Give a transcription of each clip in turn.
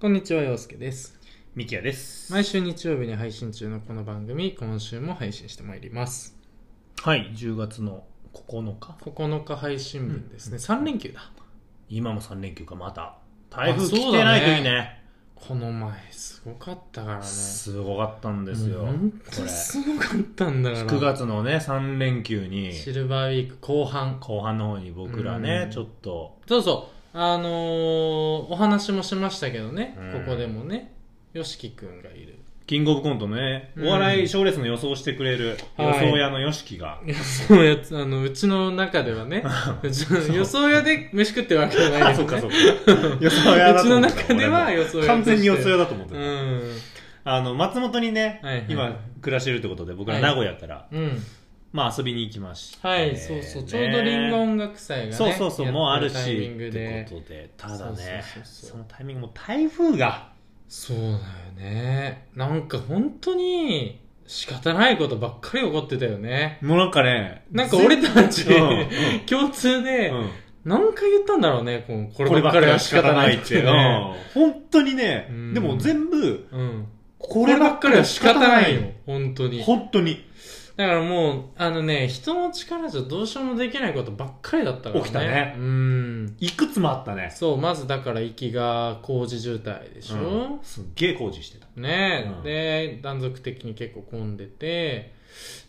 こんにちは、陽介です。ミキヤです。毎週日曜日に配信中のこの番組、今週も配信してまいります。はい、10月の9日。 9日配信分ですうね。ん3連休だ。今も3連休か、また。台あ風そうだね来てないといいね。この前、すごかったからね。すごかったんですよ。もう本当にすごかったんだから。 9月のね、3連休に、シルバーウィーク後半。後半の方に僕らねう、んちょっと、そうそう。あのーお話もしましたけどね、うんここでもね、よしきくんがいる。キングオブコントね、うんお笑い賞レースの予想してくれる、は予い想屋のヨシキが、予想やつ、あの、うちの中ではね、うちの予想屋で飯食ってるわけじゃないあ、ですねそっかそっか。予想屋だと思ったうちの中では俺予も想屋として完全に予想屋だと思ってた。うん。あの、松本にねはいはい、今暮らしてるってことで、僕らはい名古屋から、うん。まあ遊びに行きました。はい、そうそう。ちょうどリンゴ音楽祭がね。そうそうそう、もうあるやってタイミし、ンっグてで。ことで、ただね、そうそうそうそうそのタイミングも台風が、そうだよね。なんか本当に仕方ないことばっかり起こってたよね。もうなんかね、なんか俺たち、うんうん共通うで、ん何回言ったんだろうね、こうここれればっかばっかりりはは仕仕方方なないいっってね。て、うん本当にねうん、でも全部、うん。ここればっかりは仕方ないよ、本当に。本当に。だからもう、あのね、人の力じゃどうしようもできないことばっかりだったからね。起きたねうん。いくつもあったね。そう、まずだから息が工事渋滞でしょ、うんすっげえ工事してた。ねえ、うんで断続的に結構混んでて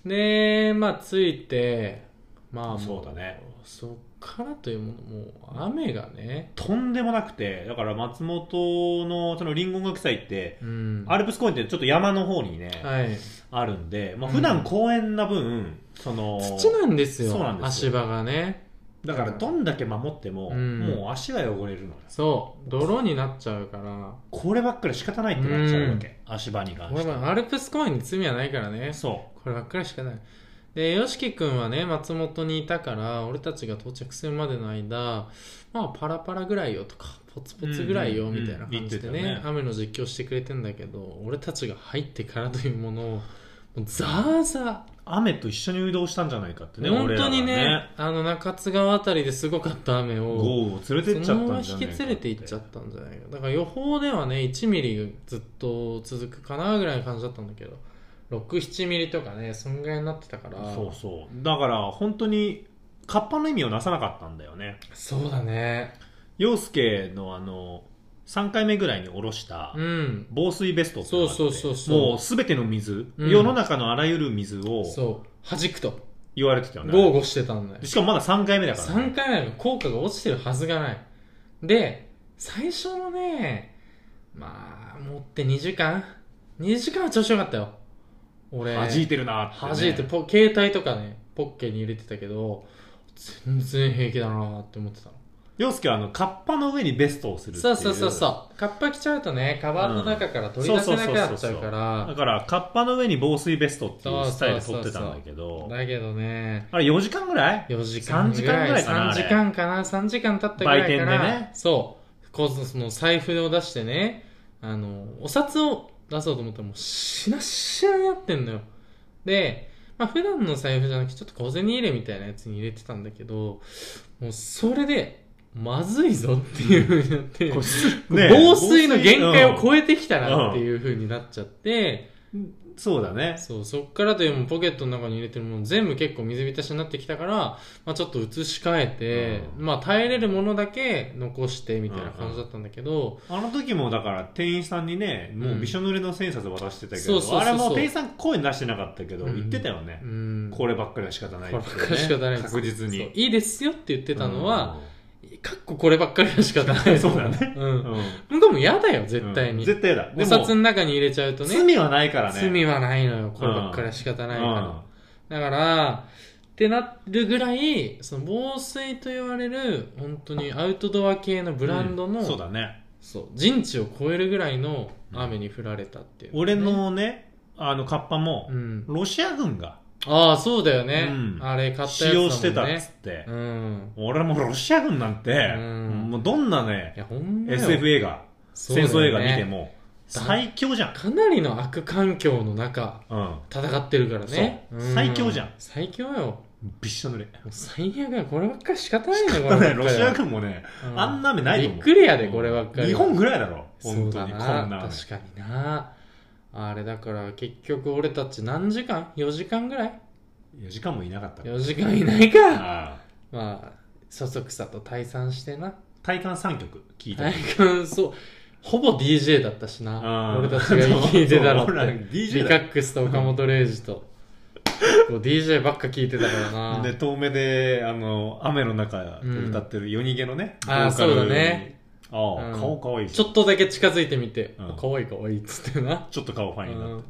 でまあ着いてまあもそうだね。そっからというものもう雨がねとんでもなくて、だから松本のそのリンゴ音楽祭って、うんアルプス公園ってちょっと山の方にね、はいあるんで、まあうん普段公園な分、その、土なんですよそうなんです足よ場がねだからどんだけ守っても、うんもう足が汚れるのよそう泥になっちゃうからこればっかり仕方ないってなっちゃうわけ、足場に関俺してもアルプス公園に罪はないからねそこればっかりしかないで YOSHIKI 君はね松本にいたから俺たちが到着するまでの間まあパラパラぐらいよとかポツポツぐらいようんうんうんみたいな感じでね,、言ってたよね雨の実況してくれてんだけど俺たちが入ってからというものをもうザーザう雨と一緒に移動したんじゃないかってー、ね本当にね俺らがあの中津川あたりですごかった雨豪を雨を連れてっちそゃのっまたまんじゃ引なきいか連れていっちゃったんじゃないかだから予報ではね1ミリずっと続くかなぐらいの感じだったんだけど67ミリとかねそんぐらいになってたからそうそうだから本当に河童の意味をなさなかったんだよねそうだね。陽介のあの3回目ぐらいに下ろしたうん。防水ベストってのがあってそうそうそうそうもう全ての水、うん世の中のあらゆる水をそう。弾くと。言われてたよね豪語してたんだよで。しかもまだ3回目だから、ね、 3回目の効果が落ちてるはずがない。で、最初のね、まあ、持って2時間 ?2 時間は調子よかったよ。俺。弾いてるなって、ね、弾いてポ、携帯とかね、ポッケに入れてたけど、全然平気だなって思ってたの。陽介はあのカッパの上にベストをするっていそうそうそうそう。カッパ着ちゃうとね、カバンの中から取り出せなくなっちゃうかだら。からカッパの上に防水ベストっていうスタイル取ってたんだけどだけどね、あれ4時間ぐらい4時間3時間ぐらいかな3あれ時間かな3時間経ったぐらいから売店でねそうこうその財布を出してねあのお札を出そうと思ったらもうしなしなになってんのよで、まあ、普段の財布じゃなくてちょっと小銭入れみたいなやつに入れてたんだけどもうそれでまずいぞっていうふうになって、こう ね防水の限界をえ、超えてきたなっていうふうになっちゃって、うんそうだねそう、そっからというよりもポケットの中に入れてるもの全部結構水浸しになってきたから、まあちょっと移し替えて、うんまあ耐えれるものだけ残してみたいな感じだったんだけど、あの時もだから店員さんにねもうびしょ濡れの千円札渡してたけそど、うそうそうそうあれも店員さん声出してなかったけど、うん言ってたよねう、んこればっかりは仕方ないっていうこね、ればっかりは仕方ないです確そう実にいいですよって言ってたのは、かっここればっかりは仕方なうんい。そうだ。ね、うん。うんでも嫌だよ、絶対うに。ん絶対やだおで札のも中に入れちゃうとね、罪はないからね罪はないのよ、こればっかりは仕方ないから。だから、ってなるぐらい、その防水と言われる、本当にアウトドア系のブランドの、うんそうだねそう人知を超えるぐらいの雨に降られたっていう、俺、のねあのカッパも、うん、ロシア軍がああそうだよね、うんあれ買ったやつだ使もんね用してたっつって、うん俺もロシア軍なんて、うんもうどんなねいやほんまよ SF 映画、そうだ戦よね争映画見ても最強じゃん、かなりの悪環境の中うん、戦ってるからねそう最強じゃん最強よびっしょ濡れ。もう最悪や、こればっかり仕方ないね、こただればっね、ロかシりアは。軍もね、うんあんな雨ないと思う。びっくりやでこればっかりは日本ぐらいだろ。そ本う当だに、こんなな雨。確かになあれだから結局俺たち何時間 ?4 時間ぐらい4時間もいなかったから ?4 時間いないかああまあそそくさと退散してな体感3曲聞いた体。感そうほぼ DJ だったしあなあ俺たちが聴いてたのっそう俺らて DJ リだカックスと岡本玲二とこう DJ ばっか聞いてたからなで、遠目で、あの、雨の中で歌ってる夜逃げのね、ああボーカルそうだね。ああ、うん顔かわいいしちょっとだけ近づいてみてう「んかわいいかわいい」っつってなちょっと顔ファインになっ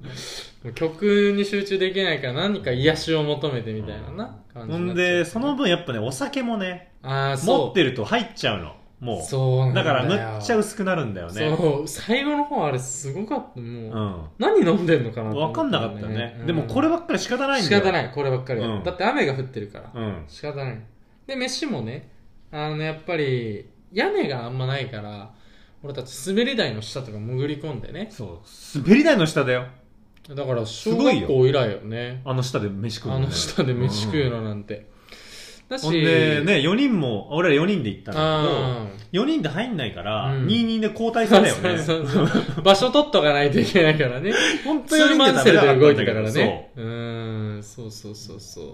うん曲に集中できないから何か癒しを求めてみたいなな、た。感ほじになっちゃうんで、その分やっぱね、お酒もね、あーそう持ってると入っちゃうの。もう。そうなんだだよから、むっちゃ薄くなるんだよね。そう最後の方あれすごかったもう、うん。何飲んでんのかなわかんなかったね。でもこれはばっかり仕方ないん仕だよ。方ないこればっかりは、うんだって雨が降ってるから、うん。仕方ないで飯もねあのねやっぱり屋根があんまないから俺たち滑り台の下とか潜り込んでねそう。滑り台の下だよ。だから小ごい学よ校以来よねあの下で飯食うあの下で飯食うのね。のなんて、だうんしほんで、ね、4人も、俺ら4人で行ったんだあけど、4人で入んないから、うん2人で交代したそんうだよ ね。そうそうそう場所取っとかないといけないからね。本当ツーマンセルで動いてたからそね。うーん、そうそうそうそう。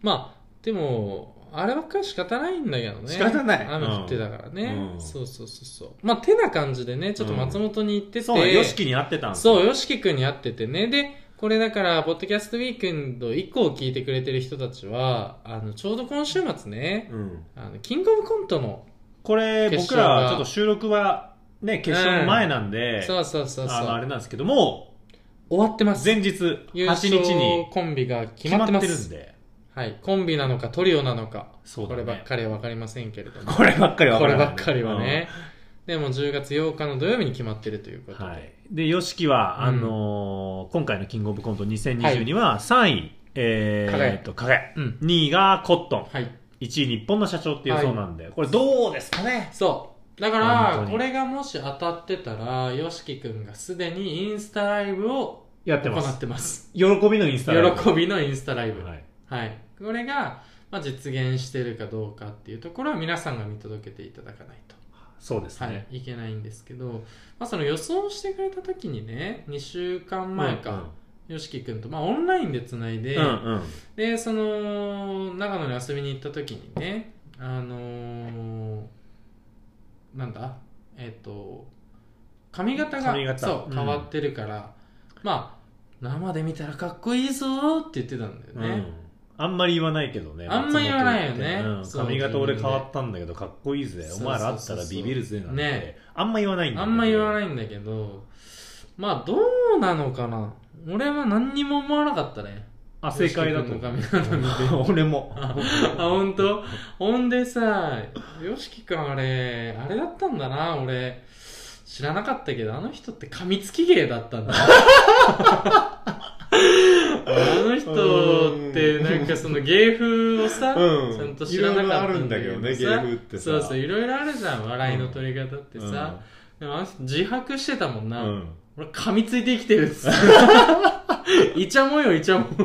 まあ、でも、あればっかり仕方ないんだけどね。仕方ない雨降ってたからね。うんそうそうそうそう。まあ、てな感じでね、ちょっと松本に行ってて。う。そうね、ヨシキに会ってたんですよそう、よしきくんに会っててね。で、これだから、ポッドキャストウィークエンド以降聞いてくれてる人たちは、あの、ちょうど今週末ね、うん。あの、キングオブコントの、これ、決僕勝がら、ちょっと収録は、ね、決勝の前なんで、そうそうそうそあの、あう、れなんですけども、終わってます。前日、8優勝日にコンビが決決ままってっまてるんす。で、はい。コンビなのか、トリオなのか、そうこだれねばっかりは分かりませんけれども、こればっかりはこれ分らないばっかりはね、でも10月8日の土曜日に決まってるということで、はい、で YOSHIKI は、うんあのー今回の「キングオブコント2020」には3位、えー加賀屋えっと加賀屋うん2位がコットンはい、 1位日本の社長っていうそうなんで、これどうですかねそう、だか本ら、当にこれがもし当たってたら、YOSHIKI 君がすでにインスタライブをやって行まっすてます、喜びのインスタライブ喜びのインスタライブ、ははいい、これが、まあ、実現してるかどうかっていうところは、皆さんが見届けていただかないと。そうですね、はい、いけないんですけど、まあ、その予想してくれた時にね2週間前か、よしきくんと、まあ、オンラインでつないで、うんうん、うんうんでその長野に遊びに行った時にねあのーなんだえっ、と髪型が髪型そううん変わってるから、まあ生で見たらかっこいいぞーって言ってたんだよね、うんあんまり言わないけどねあんま言わないよね松本ってうんそう髪型俺変わったんだけどかっこいいぜお前らあったらビビるぜなんてねあんま言わないんだあんま言わいないんだけどまあどうなのかな俺は何にも思わなかったねあ正解だよしきとくんの髪型見て 俺もあ、本当。ほんでさ、よしきくんあれ、あれだったんだな、俺。知らなかったけど、あの人って噛みつき芸だったんだ。あの人って、なんかその芸風をさ、うんちゃんと知らなかったんだけどさ。いろいろあるんだけどね芸風ってさそうそう、いろいろあるじゃん、笑いの取り方ってさ。でもあの人自白してたもんうな。んうん俺噛みついて生きてるっ つって。いちゃもんよ、いちゃもんっつって。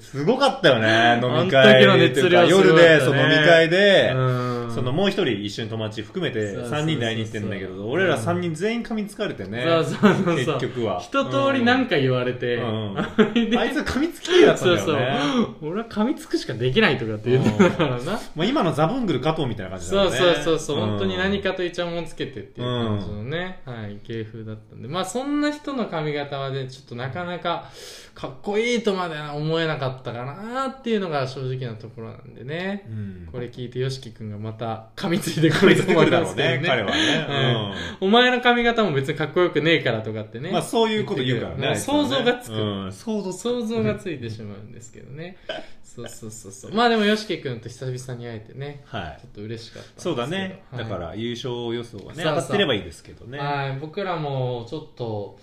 すごかったよね、飲みあの会。時の熱量すごかったね夜で、その飲み会で、うんそのもう一人一緒に友達含めてそうそうそうそう3人で会いに行ってんだけど、俺ら3人全員噛みつかれてね。そうそうそうそう結局は。一通りなんか、か言われて、うんあれであいつ噛みつき系だったんだそうよね。そう俺は噛みつくしかできないとかって言ってたからなまあ今のザブングル加藤みたいな感じそだようね。そうそうそう、ん本当に何。かとイチャモンつけてっていう感じのね、はい、芸風だったんでまあそんな人の髪型はねちょっとなかなかかっこいいとまでは思えなかったかなっていうのが正直なところなんでねうん。これ聞いて YOSHIKI 君がまた噛みついてく噛みるつといて思いくるだまろすうけど ね、彼はうんね。お前の髪型も別にかっこよくねえからとかってうねんまあそういうこと言うからね。もうあいつはね想像がつくうん想像つく。想像がついてしまうんですけどねそうそうそうそうまあでも YOSHIKI 君と久々に会えてねはいちょ。っと嬉しかったんですけそどうだね。はいだから優勝予想はそうそうね、当たってればいいですけどね。はい僕らもちょっと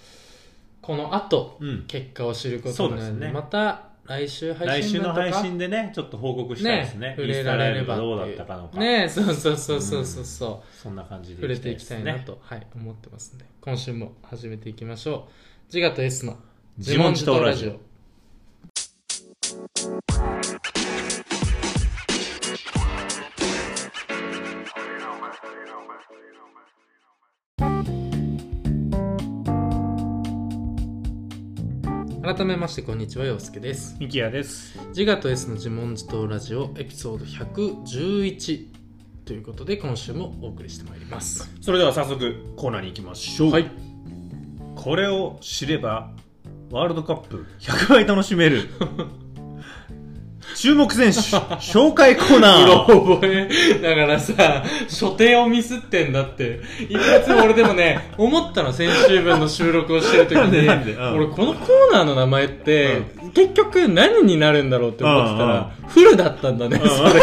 この後うん。結果を知ることになるんでそうですねまた来週配来週信だのとか配信でね、ちょっと報告したいですね。イ触ンれスらタラれイれブがばどうだていったかのか。ねそうそうそうそうそうそうそんな感じで。触れていきたいな。と、はい、思ってますんで今週も始めていきましょう自我と S の自問自答ラジオ自問自改めましてこんにちは陽介ですミキヤです自我と S の自問自答ラジオエピソード111ということで今週もお送りしてまいりますそれでは早速コーナーに行きましょう、はいこれを知ればワールドカップ100倍楽しめる 注目選手紹介コー うナろー覚えだからさ所定をミスってんだって一発俺でもね思ったの先週分の収録をしてる時なんでになんでうん俺このコーナーの名前って、結局何になるんだろうって思ってたら、フルだったんだね、うんそれが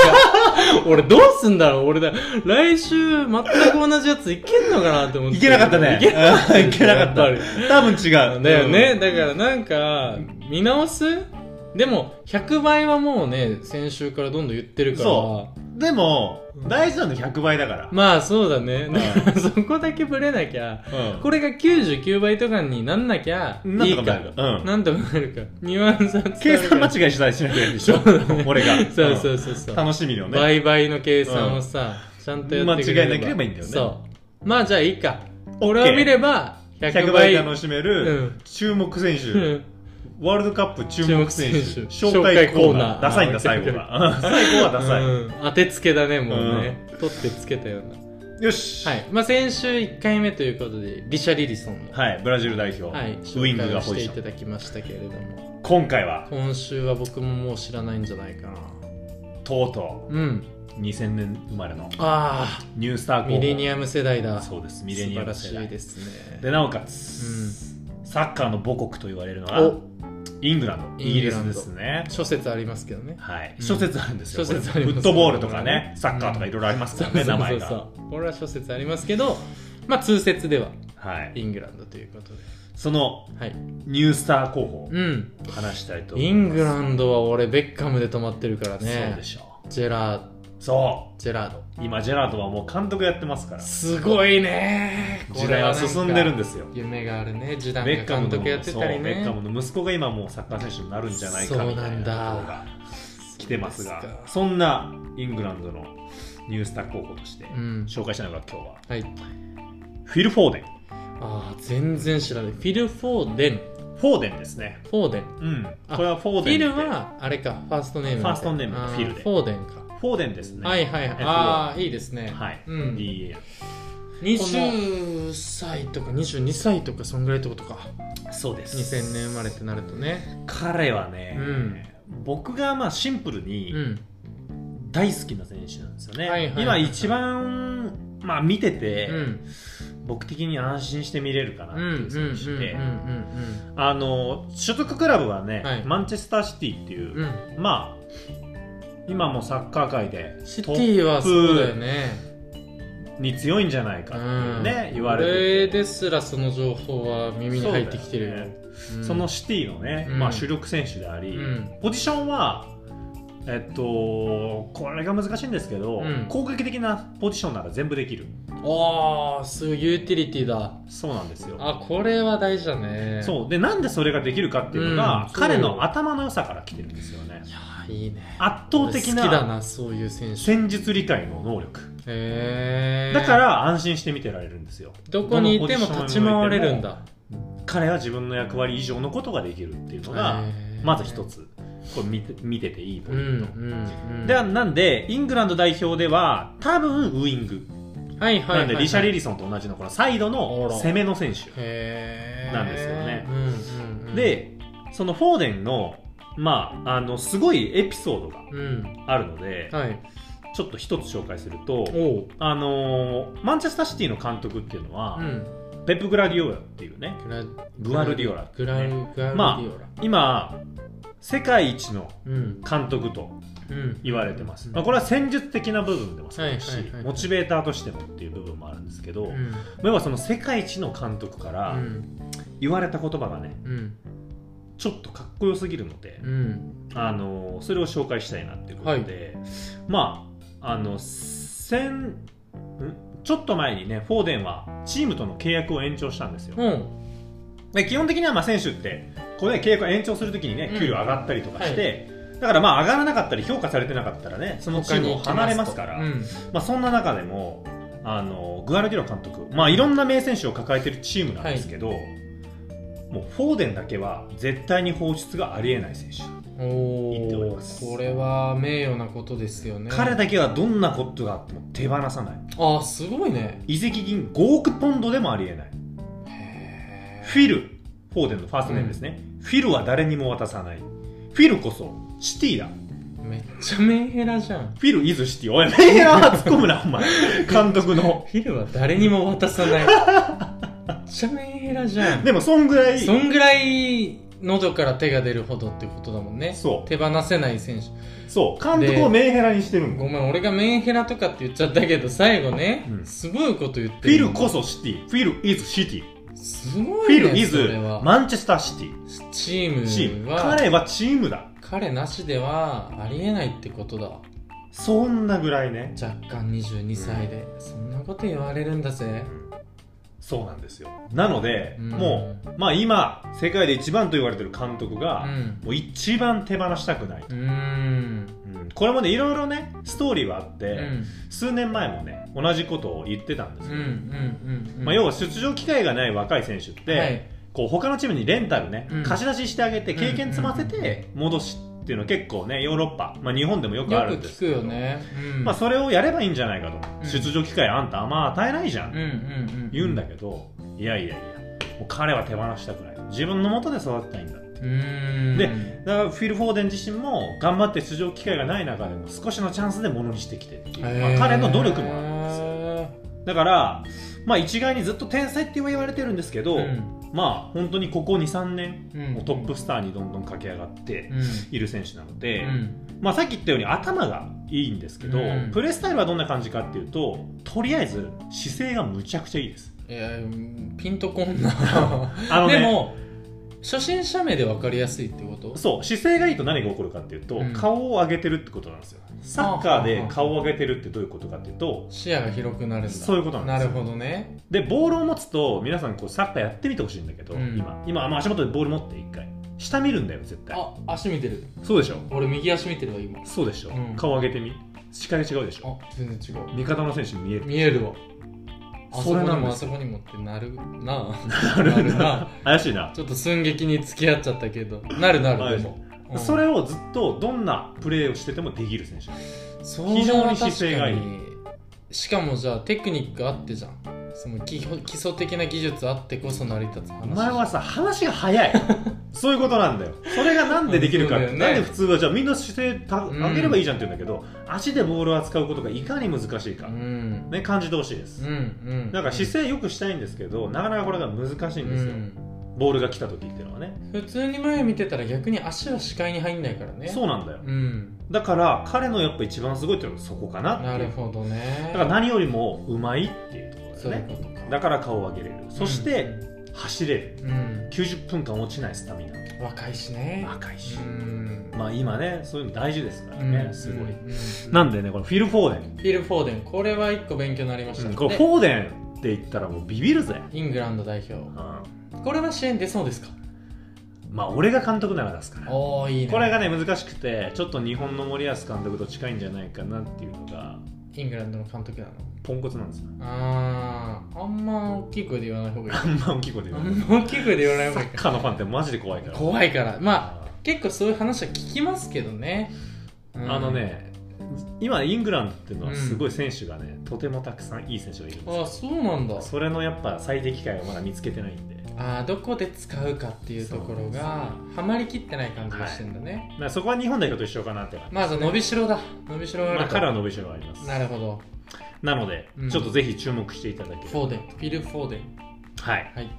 俺どうすんだろう俺だ来週全く同じやついけんのかなって思っていけなかったねいけなかったうんいけなかったやっぱり多分違うだよね、だからなんか見直すでも100倍はもうね先週からどんどん言ってるからそうんでもうん大事なの100倍だから、まあそうだねうんだから そこだけブレなきゃうんこれが99倍とかになんなきゃいなんいとかかなるうんなんとかなるかニュアンスは伝わる計算間違違いしたりしなきゃいけないでしょそうだね俺がそうそううそうそんう、楽しみのね倍倍の計算をさ、ちゃんとやってくれれば間違いなければいいんだよねそうまあじゃあいいか俺を見れば100倍100倍楽しめうるん注目選手、うんワールドカップ注目選手注目選手紹介コ紹介コーーナナーーダサいんだ最後が 最後はダサい、うん、当てつけだねもうね、取ってつけたようなよしはいまあ先週1回目ということでリシャ・リリソンの、はいブラジル代表、はい、ウ紹ィング介をがしポてジいショたンだきましたけれども今回は今週は僕ももう知らないんじゃないかなとうとうんう2000年生まれのあニュースターあ候補ミレニアム世代だそうですミレニアム素世晴らしい代ですねでなおかつ、サッカーの母国と言われるのはおイングランドイギリスですね諸説ありますけどねはい、うん諸説あるんですよ諸説ありますこれフットボールとかねサッカーとかいろいろありますそかうそうらねそ名う前そがうこれは諸説ありますけどまあ通説でははいイングランドということでそのはいニュースター候補うん話したいと思イいますングランドは俺ベッカムで止まってるからそうねでしょジェラーうそジェラードう今ジェラードはもう監督やってますからすごいね時代は進んでるんでですよ夢があるねジダンベッがカ監ムの督やってたりねそうベッカムの息子が今もうサッカー選手になるんじゃないかみたいなところそうなんが来てますがそうですかそんなイングランドのニュースター候補としてうん紹介したのが今日ははいフィル・フォーデンああ全然知らないフィル・フォーデンフォーデンですねフォーデンうんあこれはフォーフデンィってルはあれかファーストネームファーストネームあフィルでフォーデンか、フォーデンですねはいはいはい F ああいいですねはい、うん DA 20歳とか22歳とかそんぐらいってことかそうです2000年生まれってなるとね彼はね、う僕がまあシンプルにうん大好きな選手なんですよね、はいはいはい今一番、まあ、見てて、うん僕的に安心して見れるかなっうてんうんうんいううんうん選手で、あの所属クラブはね、はいマンチェスターシティっていう、うんうんまあ今もサッカー界でシティはそうだよねに強いんじゃないかっていうね、言われてて俺ですらその情報は耳に入ってきてるよそうだよねうんそのシティのね、うんまあ、主力選手であり、うんポジションは、えっと、これが難しいんですけど、うん攻撃的なポジションなら全部できるああすごいユーティリティだそうなんですよ。あこれは大事だねそうでなんでそれができるかっていうのうが、ん彼の頭の良さから来てるんですよねいやーいいね圧倒的俺好きだななそういう選手戦術理解の能力へえだから安心して見てられるんですよどこにいても立ち回れるんだ彼は自分の役割以上のことができるっていうのがへーまず一つこれ見て見てていいポうイんント、うんうんでなんでイングランド代表では多分ウイング、はいはいはいはいなんでリシャ・リリソンと同じのこのサイドのあら攻めの選手へえなんですよねうんうんうんでそのフォーデンのまああのすごいエピソードがうんあるので、はいちょっと一つ紹介するとおうあのーマンチェスターシティの監督っていうのは、うんペップ・グラディオラっていうねグラグアルディオラグラルグラルデまあィオラ今世界一のうん監督とうん言われてます、うんまあ、これは戦術的な部分でもそうですし、はいはいはいモチベーターとしてもっていう部分もあるんですけど、うん要はその世界一の監督かうらん言われた言葉がねうんちょっとかっこよすぎるので、うんあのーそれを紹介したいなっていうことで、まああの先んちょっと前にねフォーデンはチームとの契約を延長したんですよ、うんで基本的にはまあ選手ってこれ、ね、契約を延長するときにねうん給料上がったりとかして、だからまあ上がらなかったり評価されてなかったらねそのチームを離れますからうんまあ、そんな中でもあのグアルディロ監督、まあ、いろんな名選手を抱えてるチームなんですけど、もうフォーデンだけは絶対に放出がありえない選手、お言っておりまーすこれは名誉なことですよね彼だけはどんなことがあっても手放さないあすごいね移籍金5億ポンドでもありえないへフィルフォーデンのファーストネームですね、フィルは誰にも渡さないフィルこそシティだーめっちゃメンヘラじゃんフィルイズシティおいメイヤー突っ込むなお前監督のフィルは誰にも渡さないめっちゃメンヘラじゃんでもそんぐらいそんぐらい喉から手が出るほどってことだもんねそう手放せない選手そう監督をメンヘラにしてるんだごめん俺がメンヘラとかって言っちゃったけど最後ね、うんすごいこと言ってフィルのこそシティフィルイズシティすごフいィねルイズそれは、マンチェスターシティチームチームは彼はチームだ彼なしではありえないってことだそんなぐらいね若干22歳で、そんなこと言われるんだぜそうなんですよなので、うんもうまあ今世界で一番と言われてる監督うが、んもう一番手放したくない、うーんうんこれもねいろいろねストーリーはあって、うんうん数年前もね同じことを言ってたんですうんうよ、んうんまあ、要は出場機会がない若い選手って、はいこう他のチームにレンタルね、うん貸し出ししてあげてうん経験積ませて戻しっていうのは結構ねヨーロッパ、まあ、日本でもよくあるよんくです聞くよね、うん、まあ、それをやればいいんじゃないかと、うん出場機会あんたあんま与えないじゃん、うんうんうん言うんだけどいやいやいやもう彼は手放したくない自分の元で育てたいんだうーんでだからフィル・フォーデン自身も頑張って出場機会がない中でも少しのチャンスでものにしてきてっていう、まあ彼の努力もあるんですよよだから、まあ、一概にずっと天才って言われてるんですけど、うんまあ本当にここ23年うんもうトップスターにどんどん駆け上がってうんいる選手なのうで、んまあ、さっき言ったように頭がいいんですけど、うんプレースタイルはどんな感じかっていうととりあえず姿勢がむちゃくちゃいいですいやうんピンとこんなあのね でも初心者名で分かりやすいってことそう姿勢がいいと何が起こるかっていうと、うん顔を上げてるってことなんですよサッカーで顔を上げてるってどういうことかっていうと視野が広くなるんだそういうことなんなでするよほどねでボールを持つと皆さんこうサッカーやってみてほしいんだけど、うん今今あまあ足元でボール持って一回下見るんだよ絶対あ足見てるそうでしょ俺右足見てるわ今そうでしょ、うん顔上げてみ視界が違うでしょあ全然違う味方の選手に見える見えるわあそそこれになんもであすそこにもってなるなな なるるなな怪しいな、ちょっと寸劇に付き合っちゃったけどなるなるでも、うんそれをずっとどんなプレーをしててもできる選手そう非常に姿勢がいい確かにしかもじゃあテクニックあってじゃんその基本基礎的な技術あってこそ成り立つ話お前はさ話が早い そういうことなんだよそれがなんでできるかって、うんそうだなよんねで普通はじゃあみんな姿勢たうん上げればいいじゃんって言うんだけど、足でボールを扱うことがいかに難しいうか、んね感じてほしいでうす、んうんなんか姿勢よくしたいんですけどなかなかこれが難しいんですよ、うんボールが来た時っていうのはね普通に前見てたら逆に足は視界に入んないからねそうなんだようんだから彼のやっぱ一番すごいっていうのはそこかなっていうなるほどねだから何よりもうまいっていうところそうだいようねことかだから顔を上げれるそして走れるうん、うん90分間落ちないスタミ若いしねナ若いし、うんまあ今ねそういうの大事ですからね、うんすごうい、んなんでねこのフィル・フォーデンフィル・フォーデンこれは一個勉強になりました、これでフォーデンって言ったらもうビビるぜ、イングランド代う表んこれは試合に出そうですかまあ俺が監督なら出すからおおいいねこれがね難しくてちょっと日本の森保監督と近いんじゃないかなっていうのがイングランドの監督なのポンコツな んですよあーあんま大きい声で言わない方がいいあんま大きい声であ言わないんま大きい声で言わない方サがいいッカーのファンってマジで怖いから怖いからまああ結構そういう話は聞きますけどね、うんのね今イングランドっていうのはすごい選手がね、とてもたくさんいい選手がいるんですあよそうなんだそれのやっぱ最適解をまだ見つけてないんであーどこで使うかっていうところがはまりきってない感じがしてんだね、だからそこは日本代表と一緒かなって感じ、まあじゃあ伸びしろだ伸びしろがあまあ、ると、彼は伸びしろがありますなるほどなので、うんちょっとぜひ注目していただけれフォばーデンフィル・フォーデンはいはい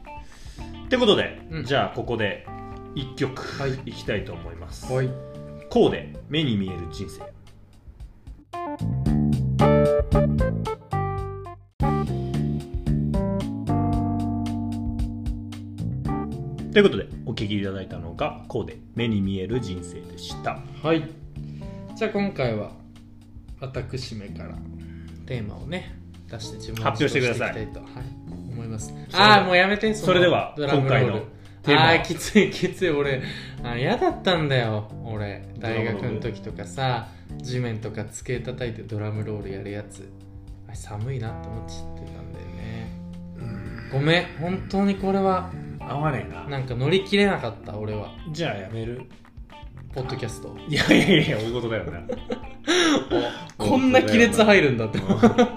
ってことで、うんじゃあここで1曲はいいきたいと思います、はいこうで目に見える人生ということでお聞きいただいたのがこうで目に見える人生でしたはいじゃあ今回は私めからテーマをね出して自分発表してくださいいきたいと、はい、思いますそれではああもうやめてのそれではドラムロール今回のテーマはあーきついきつい俺あー嫌だったんだよ俺大学の時とかさ地面とか机叩いてドラムロールやるやつあれ寒いなって思っちゃってたんだよねごめん本当にこれは合わねえななんか乗り切れなかった俺はじゃあやめるポッドキャストいやいやいや大事だよ なこんな亀裂入るんだって大事だよ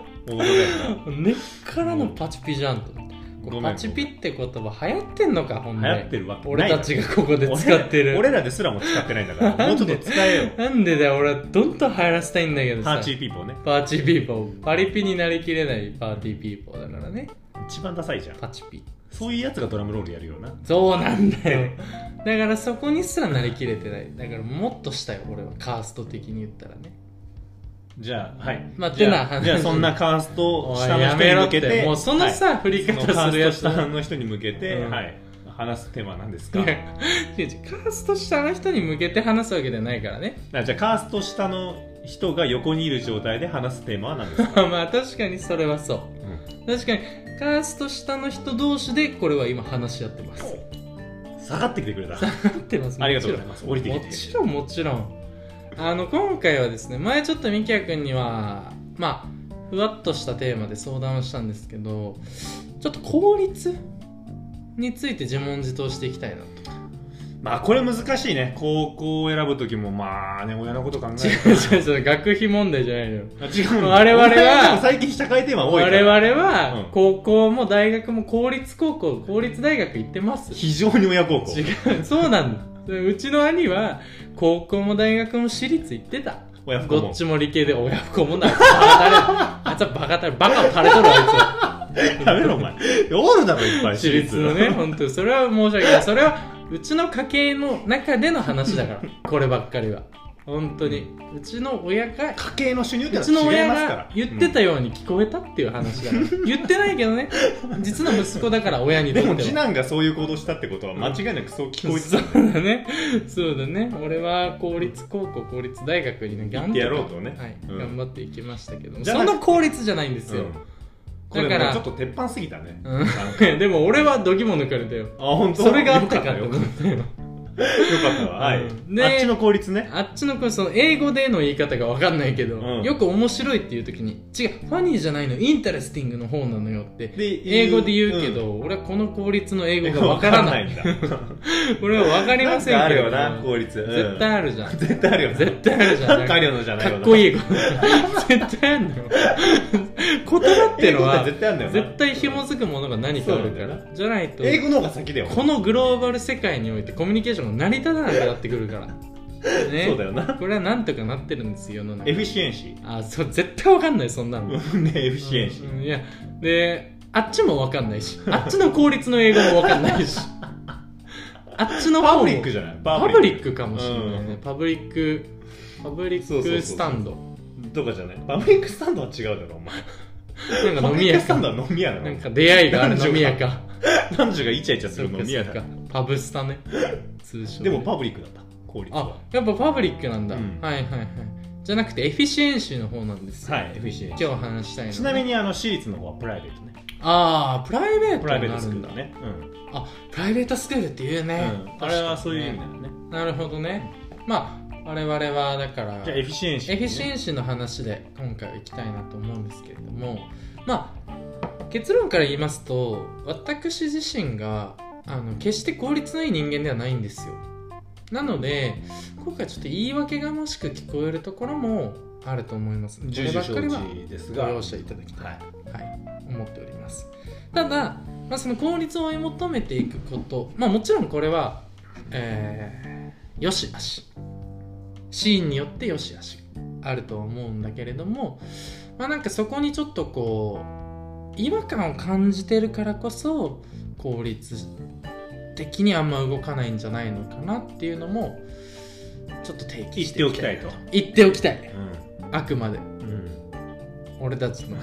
な根っからのパチピじゃんと思ってごめんパチピって言葉流行ってんのかほん流で行ってるわけ俺たちがここでない使ってる俺ら俺らですらも使ってないんだからもうちょっと使えよなんでだよ俺はどんどん流行らせたいんだけどパさーチーピーポーねパーチピーポーパリピになりきれないパーティーピーポーだからね一番ダサいじゃんパチピそういうやつがドラムロールやるよなそうなんだよだからそこにすらなりきれてないだからもっとしたよ俺はカースト的に言ったらねじゃあはいまあじてゃなあ話じゃあそんなカーストおい下のや人めにろっ向けててもうそのさ、振りそのカ方すーるやスつト下の人に向けて、うんはい話すテーマなんですかいや違う違うカースト下の人に向けて話すわけじゃないからね あじゃあカースト下の人が横にいる状態で話すテーマは何ですか、まあ確かにそれはそう確かにカースト下の人同士でこれは今話し合ってます下がってきてくれた合ってますありがとうございます降りてきもてちろんもちろんもちろんあの今回はですね前ちょっとみきやくんにはまあふわっとしたテーマで相談をしたんですけどちょっと効率について自問自答していきたいなとまあこれ難しいね高校を選ぶ時もまあね親のこと考え 違うる違う違う学費問題じゃないのよあ違うの我々は俺でも最近社会テーマ多いか我ら々うはん高校も大学も公立高校公立大学行ってます非常に親孝行違うそうなんだうちの兄は高校も大学も私立行ってた親不孝どもっちも理系で親不孝もなバカたれ あいつはバカたれバカを垂れとる あやめろお前おるだろいっぱいいつ私立のね本当それは申し訳ないそれはうちの家系の中での話だからこればっかりは本当にうちの親が家計の収入ってうのちのは違親いますからが言ってたように聞こえたっていう話だから言ってないけどね 実の息子だから親にとでってはも次男がそういう行動したってことは間違いなくそう聞こえてそうだねそうだね俺は公立高校公立大学にね行頑ってやろ張うとねはいうん頑張っていきましたけどもじゃなそくの公立じゃないんですた、うよん、これだかもうらちょっと鉄板すぎたね、うんなんかでも俺は度肝抜かれたよあ本当そ れがあったからよよかったよよかったわはい、うんであっちの効率ねあっちの子その英語での言い方が分かんないけど、うんよく面白いっていう時に違うファニーじゃないのインタレスティングの方なのよってで英語で言うけんど、俺はこの公立の英語が英語分分かかららなないいん だあこれは分かりませんあけるどよな効率、うん絶対あるじゃん絶対あるよな絶対あるじゃんなんかあるようなじゃないよかなっこいいこと絶対あんのよ言葉って英の語っては絶対あるんだよな絶対紐づくものが何かあるかそうなんだよらじゃないと英語の方が先だよ、このグローバル世界においてコミュニケーションが成り立たなくなってくるからねそうだよなこれはなんとかなってるんですよ世の中エフィシ エンシあそう絶対わかんないそんなのーうんねエフィシエンシー、うんいやであっちもわかんないしあっちの効率の英語もわかんないしあっちのパ方もブリックじゃないパブリックかもしれないね、うパブリックパブリそうそうそッうクスタンドとかじゃないパブリックスタンドは違うだろお前なんか飲みパブリッ屋クスタかンドは飲み屋だろなんか出会いがあ る飲み屋か男女がイチャイチャするそ飲み屋っかだそっかパブスタね通称でもパブリックだった効率あはやっぱパブリックなんだ、うんはいはいはいじゃなくてエフィシエンシーの方なんですよはいエフィシエンシー今日話したいのはねちなみにあの私立の方はプライベートねああプライベートプライベにーなトるスクーんルだだねうん、あプライベートスクールって言うね、うん、あれはそういう意味だよね味なるほどねまあ我々はだからじゃあエフィシエンシー、エフィシエンシーの話で今回は行きたいなと思うんですけれどもまあ結論から言いますと私自身があの決して効率のいい人間ではないんですよなので今回ちょっと言い訳がましく聞こえるところもあると思います重々こ承ればっかり知ですはがご容赦いただきたい、はいはい、思っておりますただ、まあ、その効率を追い求めていくことまあもちろんこれはえー、よしあしシーンによってよしあしあると思うんだけれどもまあなんかそこにちょっとこう違和感を感じてるからこそ効率的にあんま動かないんじゃないのかなっていうのもちょっと提起していきたい言言っておきっておきたいうんあくまでうん俺たちの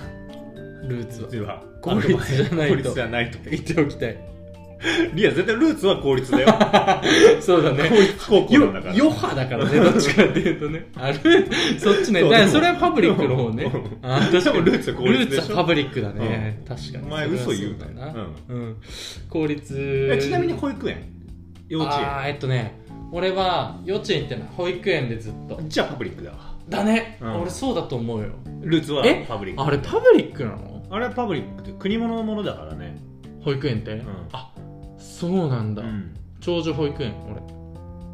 ルーツは実は効率じゃないと効率じゃないと言っておきたいリア絶対ルーツは効 率だよそうだ効 ね率高校よなんだから余波だからねど っちかっていうとねあるそっちねそだうからでもそれはパブリックの方ねうんあ確かでにもルーツは効率でルーしょツはパブリックだね、確かおに前嘘言うなそれよはそうだな、うんうん、効率えちなみに保育園幼あ稚ーえっとね俺は幼稚園行ってない保育園でずっと園じゃあパブリックだわだね、うん俺そうだと思うよルーツはえパブリックあれパブリックなのあれはパブリックって国物のものだからね保育園って、んあそうなんだ、うん長寿保育園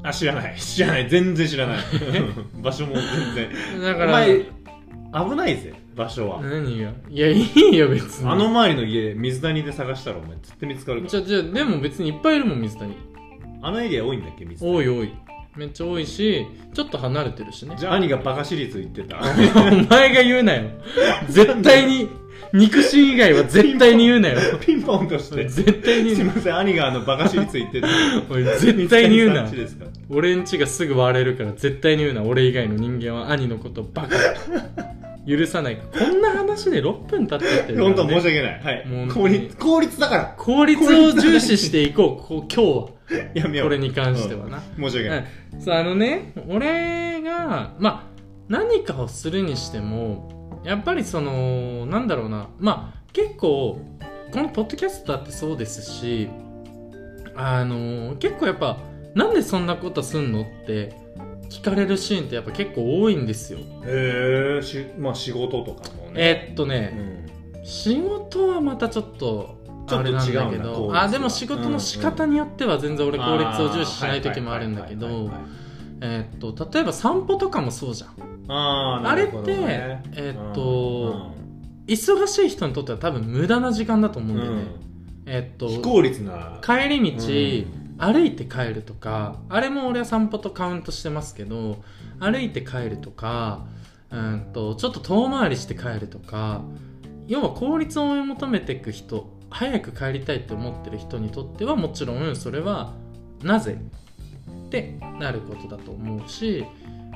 あ知らない知らない全然知らない 場所も全然俺だおから前危ないぜ場所は、何がいやいいよ別にあの周りの家水谷で探したらお前絶対見つかるかじらゃじゃでも別にいっぱいいるもん水谷あのエリア多いんだっけ水谷多い多いめっちゃ多いしちょっと離れてるしねじゃあ兄がバカ私立行ってた お前が言うなよ絶対に肉親以外は絶対に言うなよピンポンとしてす絶対にい言うなません兄があのバカ私立行ってたおい絶対に言う水谷さんなちですか俺んちがすぐ割れるから絶対に言うな俺以外の人間は兄のことバカだ許さないこんな話で6分経ってって本当申しし訳ない、はいもう、効率効率だから効率を重視していこうこう今やめ日はようこれに関してはな、申し訳ない、うんそうあのね俺がまあ何かをするにしてもやっぱりそのなんだろうなまあ結構このポッドキャストだってそうですしあの結構やっぱなんでそんなことすんのって聞かれるシーンってやっぱ結構多いんですよ。へえしまあ仕事とかもねえーっとうね、ん仕事はまたちょっとちょあっとれ違うななんだけど効率あでも仕事の仕方によっては全然俺効率を重視しない時もあるんだけあーはいどはいはいはいはいえーっと例えば散歩とかもそうじゃん。あーあなれっるてほどねえーっうと、ん忙しい人にとっては多分無駄な時間だと思うんだうよね、んえーっと非効率な帰り道、うん歩いて帰るとかあれも俺は散歩とカウントしてますけど歩いて帰るとかうんとちょっと遠回りして帰るとか要は効率を追い求めていく人早く帰りたいって思ってる人にとってはもちろんそれはなぜってなることだと思うし、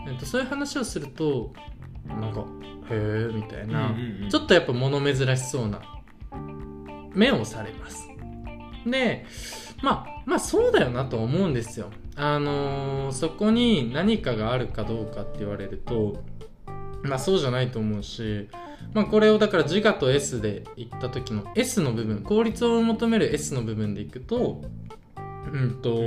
えっと、そういう話をするとなんか「へえ」みたいな、ちょっっとやっぱ物珍しそうな目をされます。で、まあ、まあそうだよなと思うんですよ。あのーそこに何かがあるかどうかって言われると、まあそうじゃないと思うし、まあこれをだから自我と S で言った時の S の部分、効率を求める S の部分でいくと、うんと、と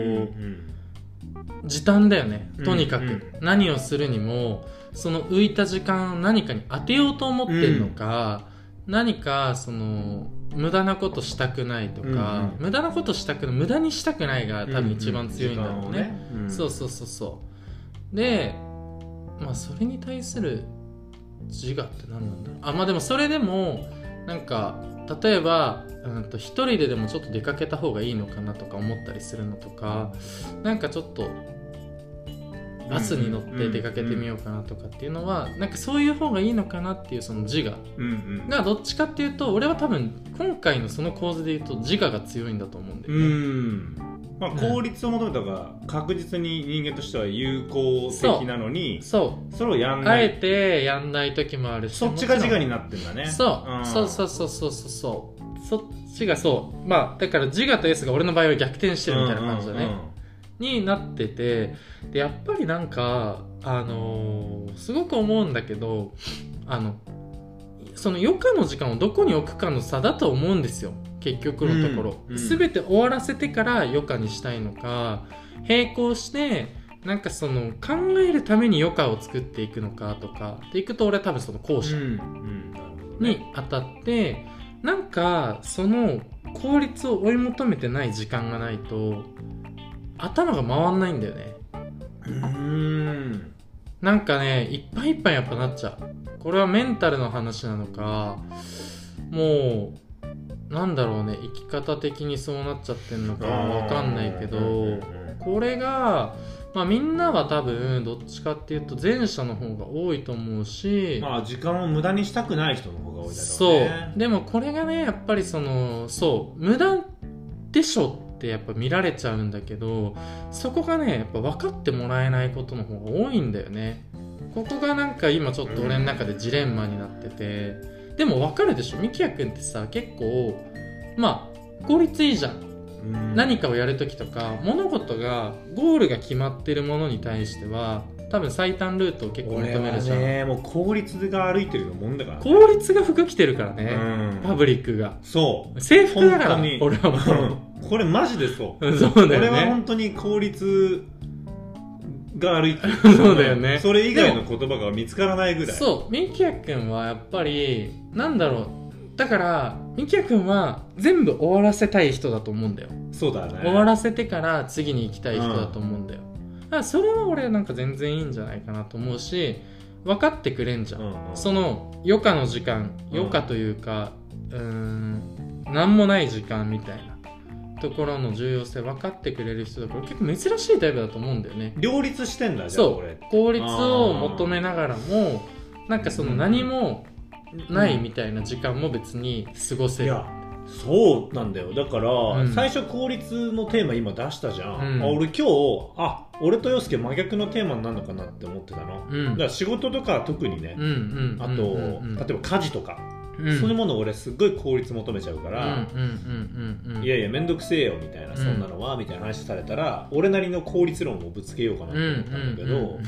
時短だよねとにかく、うんうん何をするにもその浮いた時間を何かに当てようと思ってるのか、何かその無駄なことしたくないとか、うんうん無駄なことしたくない無駄にしたくないが多分一番強いんだろうね,、そううそうそうそうでまあそれに対する自我って何なんだろうあまあでもそれでもなんか例えばうんと一人ででもちょっと出かけた方がいいのかなとか思ったりするのとかなんかちょっとバスに乗って出かけてみようかなとかっていうのはなんかそういう方がいいのかなっていうその自我うんうんがどっちかっていうと俺は多分今回のその構図で言うと自我が強いんだと思うんだうよね。んまあ効率を求めた方が確実に人間としては有効的なのにそうそれをやんあなえいてやんない時もあるしそっちが自我にななってんだねそう、んそうそうそうそうそうそうそっちがそうまあだから自我と S が俺の場合は逆転してるみたいな感じだね、うんうんうんになっててでやっぱりなんかあのーすごく思うんだけどあのその余暇の時間をどこに置くかの差だと思うんですよ結局のところ、うんうん全て終わらせてから余暇にしたいのか並行してなんかその考えるために余暇を作っていくのかとかっていくと俺は多分その後者うんなるほどねに当たって、なんかその効率を追い求めてない時間がないと頭が回んないんだよねうんなんかねいっぱいいっぱいやっぱなっちゃうこれはメンタルの話なのかもうなんだろうね生き方的にそうなっちゃってんのかわかんないけど、うんうんうんこれが、まあ、みんなは多分どっちかっていうと前者の方が多いと思うし、まあ時間を無駄にしたくない人の方が多いだろうねそうでもこれがねやっぱりそのそう無駄でしょってやっぱ見られちゃうんだけどそこがねやっぱ分かってもらえないことの方が多いんだよねここがなんか今ちょっと俺の中でジレンマになっててでも分かるでしょみきやくんってさ結構まあ効率いいじゃんうん何かをやるときとか物事がゴールが決まってるものに対しては多分最短ルートを結構俺求めはるじゃん、ねもう効率が歩いてるようなもんだからね効率が服着てるからね、うんパブリックがそ制服だから本当に俺はうもこれマジでそううそうだ俺よはね本当に効率が歩いてるそうだよねんそれ以外の言葉が見つからないぐらいそうみきやくんはやっぱりなんだろうだからみきやくんは全部終わらせたい人だと思うんだよそうだね終わらせてから次に行きたい人だと思うんだよ、だからそれは俺なんか全然いいんじゃないかなと思うし分かってくれんじゃん、うんうんその余暇の時間うん余暇というかうーん何もない時間みたいなところの重要性分かってくれる人だから結構珍しいタイプだと思うんだよね両立してんだじゃあそうこれ効率を求めながらもなんかその何もないみたいな時間も別に過ごせいる、やそうなんだよだから、うん最初効率のテーマ今出したじゃうん、んあ俺今日あ俺と陽介真逆のテーマになるのかなって思ってたの、うんだから仕事とかは特にね、うんうんあと、例えば家事とか、そういうももの俺すっごい効率求めちゃうから、いやいや面倒くせえよみたいな、んそんなのはみたいな話されたら俺なりの効率論をぶつけようかなと思ったんだけど、うんうんうん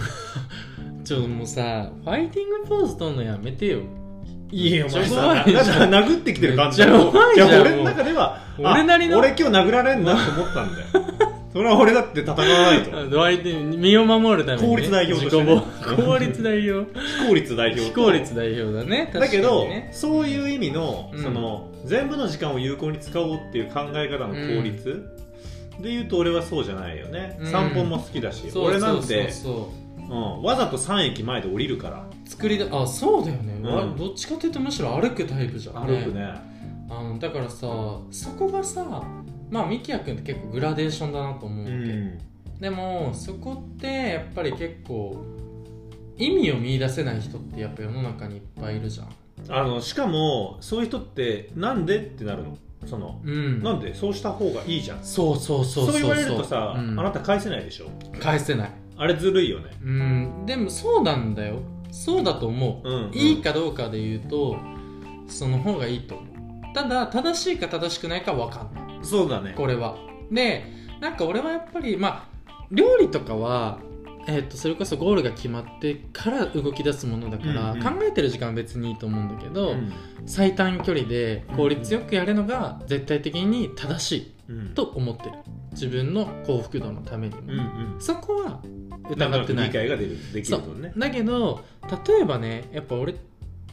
ちょっともうさファイティングポーズ取るのやめてよいやお前さめっちゃ怖いじゃんなな殴ってきてる感じだめっちゃ怖いじゃんやも俺うの中ではあ俺なりの俺今日殴られんなって思った んだよそれは俺だって戦わないとあの相手に身を守るために、ね、効率代表としてね自己防効率代表非効率代表と非効率代表だね確かにねだけど、そういう意味のうんその、全部の時間を有効に使おうっていう考え方の効率、で言うと俺はそうじゃないよね、うん散歩も好きだしそう俺なんてそうそうそううん、わざと3駅前で降りるから作りだあそうだよね、んわどっちかというとむしろ歩くタイプじゃん歩くねあのだからさそこがさまあみきやくんって結構グラデーションだなと思うわけ、でもそこってやっぱり結構意味を見出せない人ってやっぱ世の中にいっぱいいるじゃんあのしかもそういう人ってなんでってなるのその、うんなんでそうした方がいいじゃんそうそうそうそう言われるとさ、うんあなた返せないでしょ返せないあれずるいよねうんでもそうなんだよそうだと思う、うんうんいいかどうかで言うとその方がいいと思うただ正しいか正しくないか分かんないそうだねこれはでなんか俺はやっぱりまあ料理とかはえー、とそれこそゴールが決まってから動き出すものだから、うんうん考えてる時間は別にいいと思うんだけうど、ん最短距離で効率よくやるのが絶対的に正しいうんと思ってる自分の幸福度のためにも、うんうんそこはなん疑かってな理い解が出るできるとねだけど例えばねやっぱ俺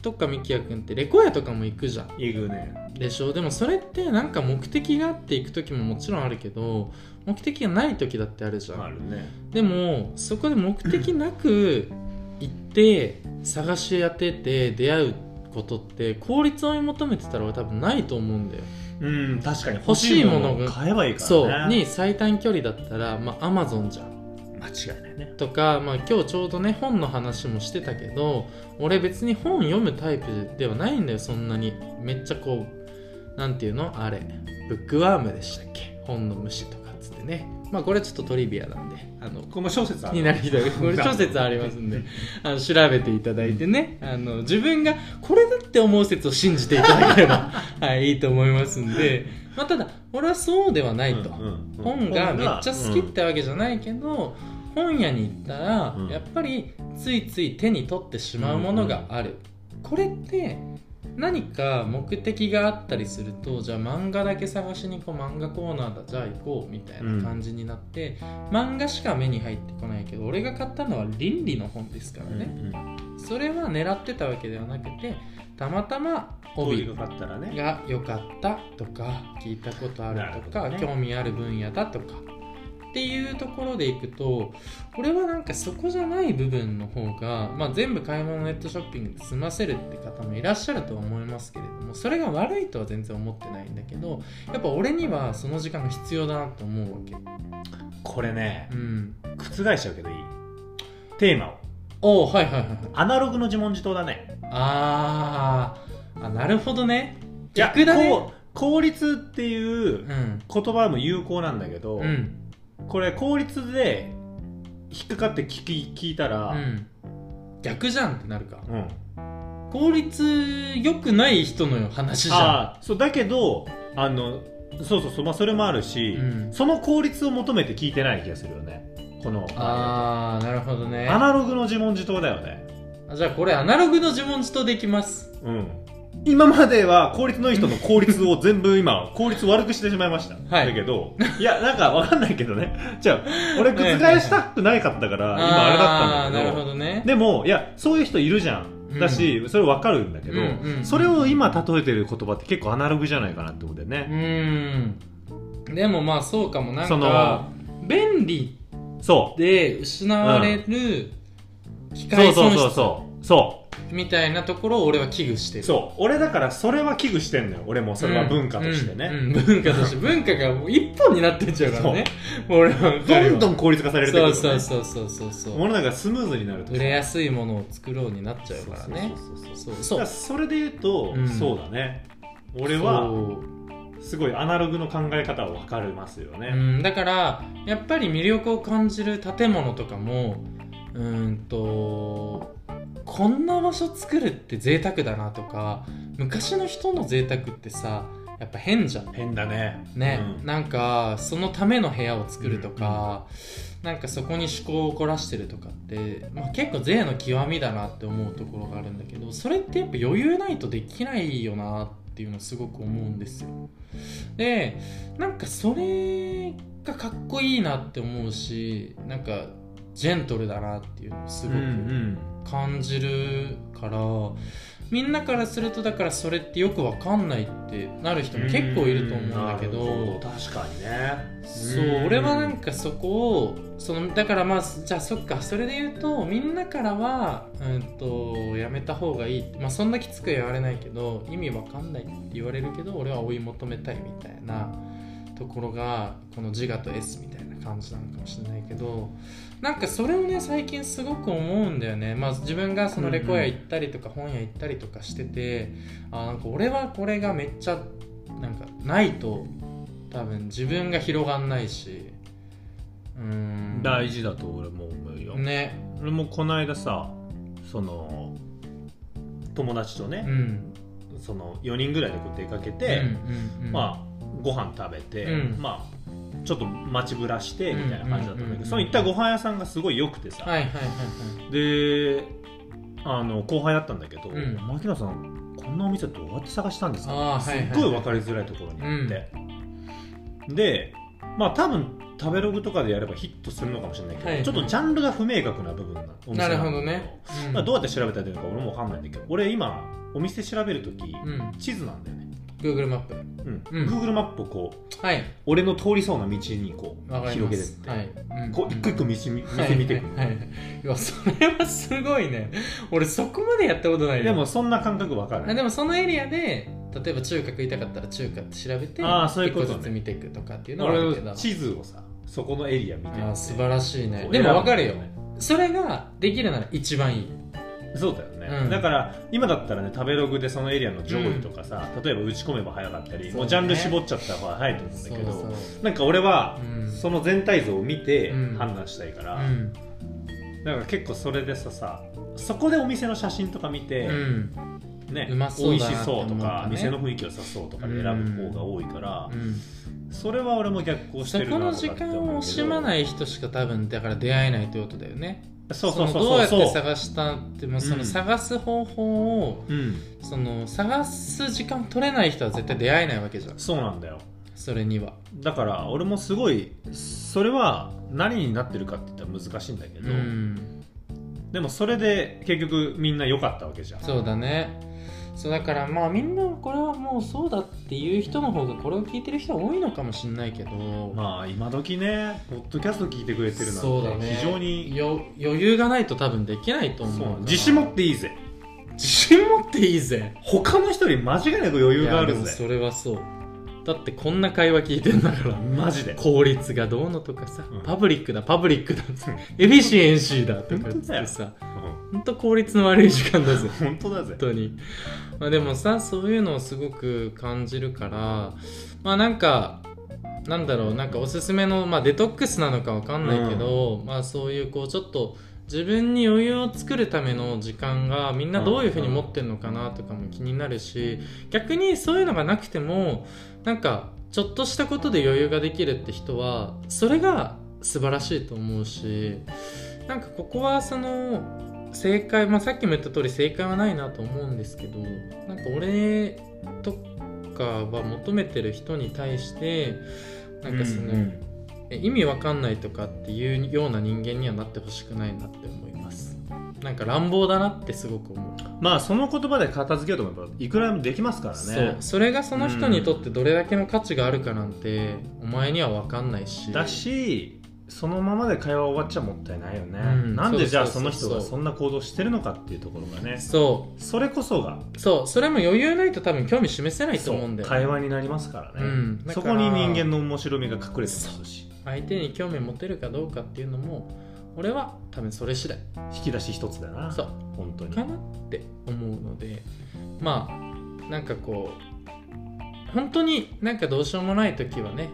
とかみきやくんってレコヤとかも行くじゃんいくねでしょでもそれってなんか目的があって行く時ももちろんあるけど目的がない時だってあるじゃん、あるねでもそこで目的なく行って探し当てて出会うことって効率を追い求めてたら俺多分ないと思うんだようん確かに欲しいものが欲しを買えばいいかそうらねに最短距離だったらまあアマゾンじゃん間違いないねとか、まあ、今日ちょうどね本の話もしてたけど俺別に本読むタイプではないんだよそんなにめっちゃこうなんていうのあれブックワームでしたっけ本の虫とかっつってねまあこれちょっとトリビアなんであのこの小説あ気にるなる 人はこれ諸説ありますんであの調べていただいてねあの自分がこれだって思う説を信じていただければ、 はい、いいと思いますんで、まあ、ただ俺はそうではないと。うんうんうん本がめっちゃ好きってわけじゃないけど、本屋に行ったらうんやっぱりついつい手に取ってしまうものがある、これって何か目的があったりするとじゃあ漫画だけ探しに行こう漫画コーナーだじゃあ行こうみたいな感じになって、漫画しか目に入ってこないけど俺が買ったのは倫理の本ですからうんね、それは狙ってたわけではなくてたまたまうんト帯イレが買ったらねが良かったとか聞いたことあるとなかるほどね興味ある分野だとかっていうところでいくと俺はなんかそこじゃない部分の方が、まあ、全部買い物ネットショッピングで済ませるって方もいらっしゃるとは思いますけれどもそれが悪いとは全然思ってないんだけどやっぱ俺にはその時間が必要だなと思うわけ。これねうん、覆しちゃうけどいいテーマをおおはいはいはいはい。アナログの自問自答だねあーあなるほどね。いや逆だね。こう効率っていううん言葉も有効なんだけど、うんこれ効率で引っかかって聞き聞いたうら、ん、逆じゃんってなるか。うん効率良くない人の話じゃんあーそうだけどあのそうそうそう、まあ、それもあるし、うんその効率を求めて聞いてない気がするよねこのあーなるほどねアナログの自問自答だよね、あじゃあこれアナログの自問自答できますうん、今までは効率のいい人の効率を全 部今効率悪くしてしまいました、はいだけどいやなんかわかんないけどねじゃあ俺覆したくないかったから今あれだったんだあけーなるほどねでもいやそういう人いるじゃんだし、それ分かるんだけうど、んうんうんそれを今例えてる言葉って結構アナログじゃないかなってことでうね、んでもまあそうかもなんそかの便利そで失われる機うそ械うそう損そう失そうそみたいなところを俺は危惧してうるそう俺だからそれは危惧してんのよ俺もそれは文化としてね、うんうん文化 として文化がもう一本になってっちゃうからねもう俺は分かるどんどんん効率化されてるそようねそうそうそうそうそう世の中がスムーズになると売れやすいものを作ろうになっちゃうからねそうそうそうそうそうそだからうそれで言うと、うんそうだね俺そはうすごいアナログの考え方は分かりますようね、ん、だからやっぱり魅力を感じる建物とかもうーんとこんな場所作るって贅沢だなとか昔の人の贅沢ってさやっぱ変じゃん変だねね、うんなんかそのための部屋を作るとか、なんかそこに趣向を凝らしてるとかって、まあ、結構贅の極みだなって思うところがあるんだけどそれってやっぱ余裕ないとできないよなっていうのをすごく思うんですよでなんかそれがかっこいいなって思うしなんかジェントルだなっていうのをすごうんうくん感じるから、みんなからするとだからそれってよくわかんないってなる人も結構いると思うんだけどなるほど確かにねそう俺はなんかそこをそのだからまあじゃあそっかそれで言うとみんなからは、うん、とやめた方がいい、まあ、そんなきつく言われないけど意味わかんないって言われるけど俺は追い求めたいみたいなところがこの自我と S みたいな感じなのかもしれないけどなんかそれをね最近すごく思うんだよね、まあ、自分がそのレコヤ行ったりとか本屋行ったりとかしてて、あなんか俺はこれがめっちゃなんかないと多分自分が広がんないしうーん大事だと俺も思うよ、ね俺もこの間さその友達とうね、んその4人ぐらいでこう出かけうんて、うんうんまあご飯食べて、うんまあちょっと街ぶらしてみたいな感じだうったんだんうんうんけうどんその行ったご飯屋さんがすごい良くてさ、はいはいはいはであの後輩だったんだけど「うん牧野さんこんなお店どうやって探したんですか?」あーすはいはいっごい分かりづらいところにあって、でまあ多分食べログとかでやればヒットするのかもしれないけど、はいちょっとジャンルが不明確な部分なおい店なだるけほどね、うんまあ、どうやって調べたらいいのか俺も分かんないんだけど俺今お店調べるとき、うん地図なんだよね、 Google マップうんうん Google マップをこうはい俺の通りそうな道にこわうかり広まげてっすて、はい、うんこう一個一個道見見はいてみてくはいはいいやそれはすごいね俺そこまでやったことないよでもそんな感覚分かあるでもそのエリアで例えば中華食いたかったら中華って調べてあーそういうことね一個ずつ見ていくとかっていうのはある俺けどの地図をさそこのエリア見てみてあー素晴らしいねこうでも分かるよ選ぶんだそれができるなら一番いいそうだよね、うんだから今だったらね食べログでそのエリアの上位とかさ、例えば打ち込めば早かったり、そうねもうジャンル絞っちゃった方が早いと思うんだけどそうなんか俺はそう、うんその全体像を見てうん判断したいから、うんだから結構それでささそこでお店の写真とか見て、うんねうまそう美だ味しなってそ思ううととかかね店の雰囲気をさそうとかで選ぶ方が多いから、うんそれは俺も逆行しそてるこなのとか時って間思を惜うけどしまない人しか多分だから出会えないということだよねそうそうそうのどうやそうっそうて探したってもそうのん探す方法をうんその探す時間取れない人は絶対出会えないわけじゃんそうなんだよそれにはだから俺もすごいそれは何になってるかって言ったら難しいんだけうど、んでもそれで結局みんな良かったわけじゃんそうだねそうだからまあみんなこれはもうそうだっていう人の方がこれを聞いてる人は多いのかもしれないけどまあ今時ねポッドキャスト聞いてくれてるそうだなんてね非常によ余裕がないと多分できないとそう思う自信持っていいぜ自信持っていいぜ他の人より間違いなく余裕があいやでるもぜそれはそうだってこんな会話聞いてんだからマジで 効率がどうのとかさ、うんパブリックだパブリックだエビシエンシーだとか言っ本当だよてさうんほんと効率の悪い時間だぜ本当だぜ本当に、まあ、でもさそういうのをすごく感じるからまあなんかなんだろうなんかおすすめの、まあ、デトックスなのかわかんないけど、まあそういうこうちょっと自分に余裕を作るための時間がみんなどういうふうに持ってるのかなとかも気になるし逆にそういうのがなくてもなんかちょっとしたことで余裕ができるって人はそれが素晴らしいと思うしなんかここはその正解、まあ、さっきも言った通り正解はないなと思うんですけどなんか俺とかは求めてる人に対してなんかその、ううんえ意味わかんないとかっていうような人間にはなってほしくないなって思います。なんか乱暴だなってすごく思うまあその言葉で片付けようと思えばいくらでもできますからねそうそれがその人にとってどれだけの価値があるかなんてお前には分かんないしだしそのままで会話終わっちゃもったいないよね、うんなんでじゃあそそそうのうそうそう人がそんな行動してるのかっていうところがねそそれこそがうそうそれも余裕ないと多分興味示せないと思うんだよね会話になりますからね、うんだそからこに人間の面白みが隠れてますし相手に興味持てるかどうかっていうのも俺は多分それ次第引き出し一つだなそう本当にかなって思うのでまあなんかこう本当になんかどうしようもない時はね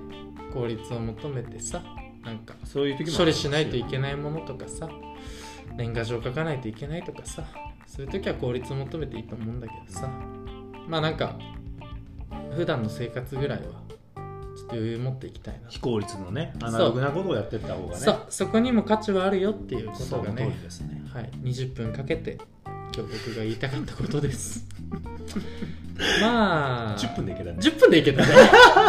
効率を求めてさなんかそういう時もあります処よ理しないといけないものとかさ年賀状書かないといけないとかさそういう時は効率を求めていいと思うんだけどさまあなんか普段の生活ぐらいはちょっと余裕持っていきたいな非効率のねアナログなことをやってった方がねそうそこにも価値はあるよっていうこそとがの通りねですねはい、20分かけて今日僕が言いたかったことですまあ10分でいけたね10分でいけた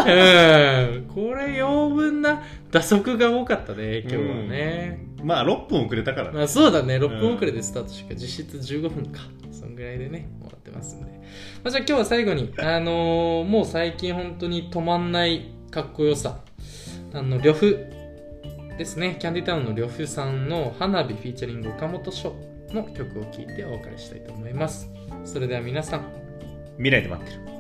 ね うんこれ余分な打足が多かったね今日はね、うんまあ6分遅れたからねまあ、そうだね6分遅れでスタートしてから実質15分かそんぐらいでね終わってますんで、まあ、じゃあ今日は最後にあのーもう最近本当に止まんないかっこよさあの呂布ですねキャンディタウンの呂布さんの「花火」フィーチャリング岡本翔の曲を聴いてお別れしたいと思いますそれでは皆さん未来で待ってる